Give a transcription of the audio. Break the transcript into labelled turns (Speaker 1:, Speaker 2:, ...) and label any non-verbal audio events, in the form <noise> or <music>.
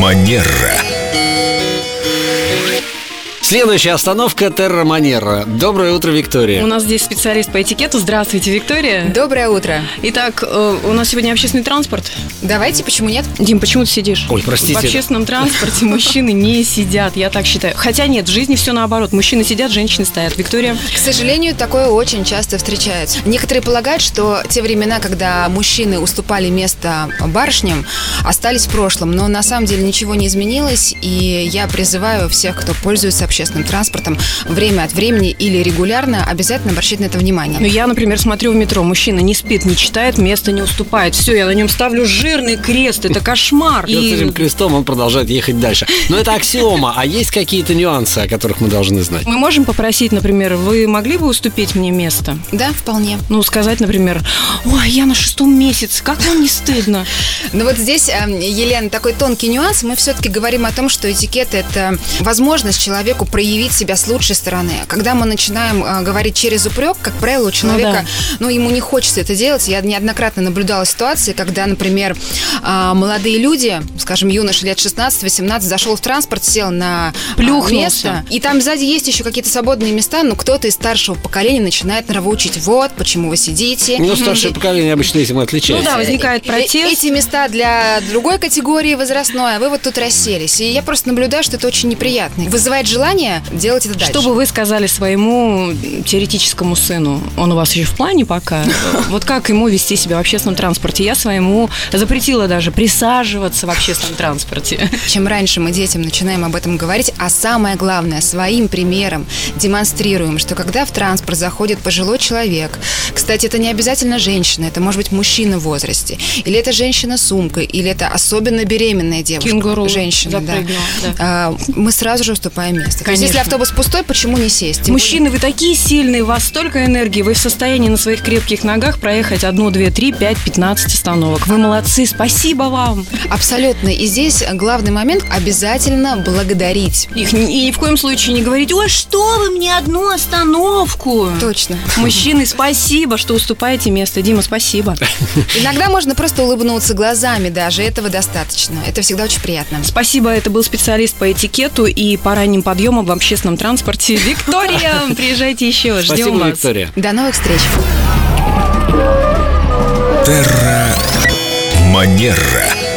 Speaker 1: Манера.
Speaker 2: Следующая остановка Терра Манера. Доброе утро,
Speaker 3: У
Speaker 2: Виктория.
Speaker 3: нас здесь специалист по этикету. Здравствуйте, Виктория.
Speaker 4: Доброе утро.
Speaker 3: Итак, э, у нас сегодня общественный транспорт.
Speaker 4: Давайте, почему нет?
Speaker 3: Дим, почему ты сидишь?
Speaker 2: Ой, простите.
Speaker 3: В общественном транспорте мужчины не сидят, я так считаю. Хотя нет, в жизни все наоборот. Мужчины сидят, женщины стоят. Виктория,
Speaker 4: К сожалению, такое очень часто встречается. Некоторые полагают, что те времена, когда мужчины уступали место барышням, остались в прошлом. Но на самом деле ничего не изменилось, и я призываю всех, кто пользуется общественным транспортом, время от времени или регулярно, обязательно обращать на это
Speaker 3: ну
Speaker 4: внимание.
Speaker 3: я, например, смотрю в метро. Мужчина не спит, не читает, место не уступает. Все, я на нем ставлю жирный крест. Это кошмар.
Speaker 2: И... с
Speaker 3: И-
Speaker 2: этим крестом он продолжает ехать дальше. Но это аксиома, а есть какие-то нюансы, о которых мы должны знать?
Speaker 3: Мы можем попросить, например, вы могли бы уступить мне место?
Speaker 4: Да, вполне.
Speaker 3: Ну, сказать, например, ой, я на шестом месяце, как вам не стыдно?
Speaker 4: Но вот здесь, эм, Елена, такой тонкий нюанс. Мы все-таки говорим о том, что этикет – это возможность человеку проявить себя с лучшей стороны. Когда мы начинаем э, говорить через упрек, как правило, у человека, ну, ему не хочется это делать. Я неоднократно наблюдала ситуации, когда, например, а, молодые люди, скажем, юноша лет 16-18, зашел в транспорт, сел на а,
Speaker 3: Плюхнулся.
Speaker 4: место, и там сзади есть еще какие-то свободные места, но кто-то из старшего поколения начинает нравоучить. Вот, почему вы сидите.
Speaker 2: Ну, старшее
Speaker 4: И-
Speaker 2: поколение обычно этим и отличается.
Speaker 3: Ну да, возникает протест.
Speaker 4: Э- Эти места для другой категории возрастной, а вы вот тут расселись. И я просто наблюдаю, что это очень неприятно. Вызывает желание делать это дальше.
Speaker 3: Что бы вы сказали своему теоретическому сыну? Он у вас еще в плане пока. Вот как ему вести себя в общественном транспорте? Я своему запретила даже присаживаться в общественном транспорте.
Speaker 4: Чем раньше мы детям начинаем об этом говорить, а самое главное, своим примером демонстрируем, что когда в транспорт заходит пожилой человек, кстати, это не обязательно женщина, это может быть мужчина в возрасте, или это женщина с сумкой, или это особенно беременная девушка.
Speaker 3: Кенгуру
Speaker 4: Женщина, да.
Speaker 3: запрыгнула, да.
Speaker 4: А, мы сразу же уступаем место. То есть, если
Speaker 3: Конечно.
Speaker 4: автобус пустой, почему не сесть? Тем более-
Speaker 3: Мужчины, вы такие сильные, у вас столько энергии, вы в состоянии на своих крепких ногах проехать одну, две, три, пять, пятнадцать остановок. Вы молодцы, спасибо вам.
Speaker 4: Абсолютно. И здесь главный момент – обязательно благодарить.
Speaker 3: Их ни- и ни в коем случае не говорить, ой, что вы мне одну остановку.
Speaker 4: Точно.
Speaker 3: Мужчины, спасибо, что уступаете место. Дима, спасибо.
Speaker 4: Иногда можно просто улыбнуться глазами даже. Этого достаточно. Это всегда очень приятно.
Speaker 3: Спасибо, это был специалист по этикету и по ранним подъемам в общественном
Speaker 2: <laughs>
Speaker 3: транспорте. Виктория, приезжайте еще, ждем
Speaker 2: Спасибо,
Speaker 3: вас.
Speaker 2: Виктория.
Speaker 4: До новых встреч.
Speaker 1: Манера.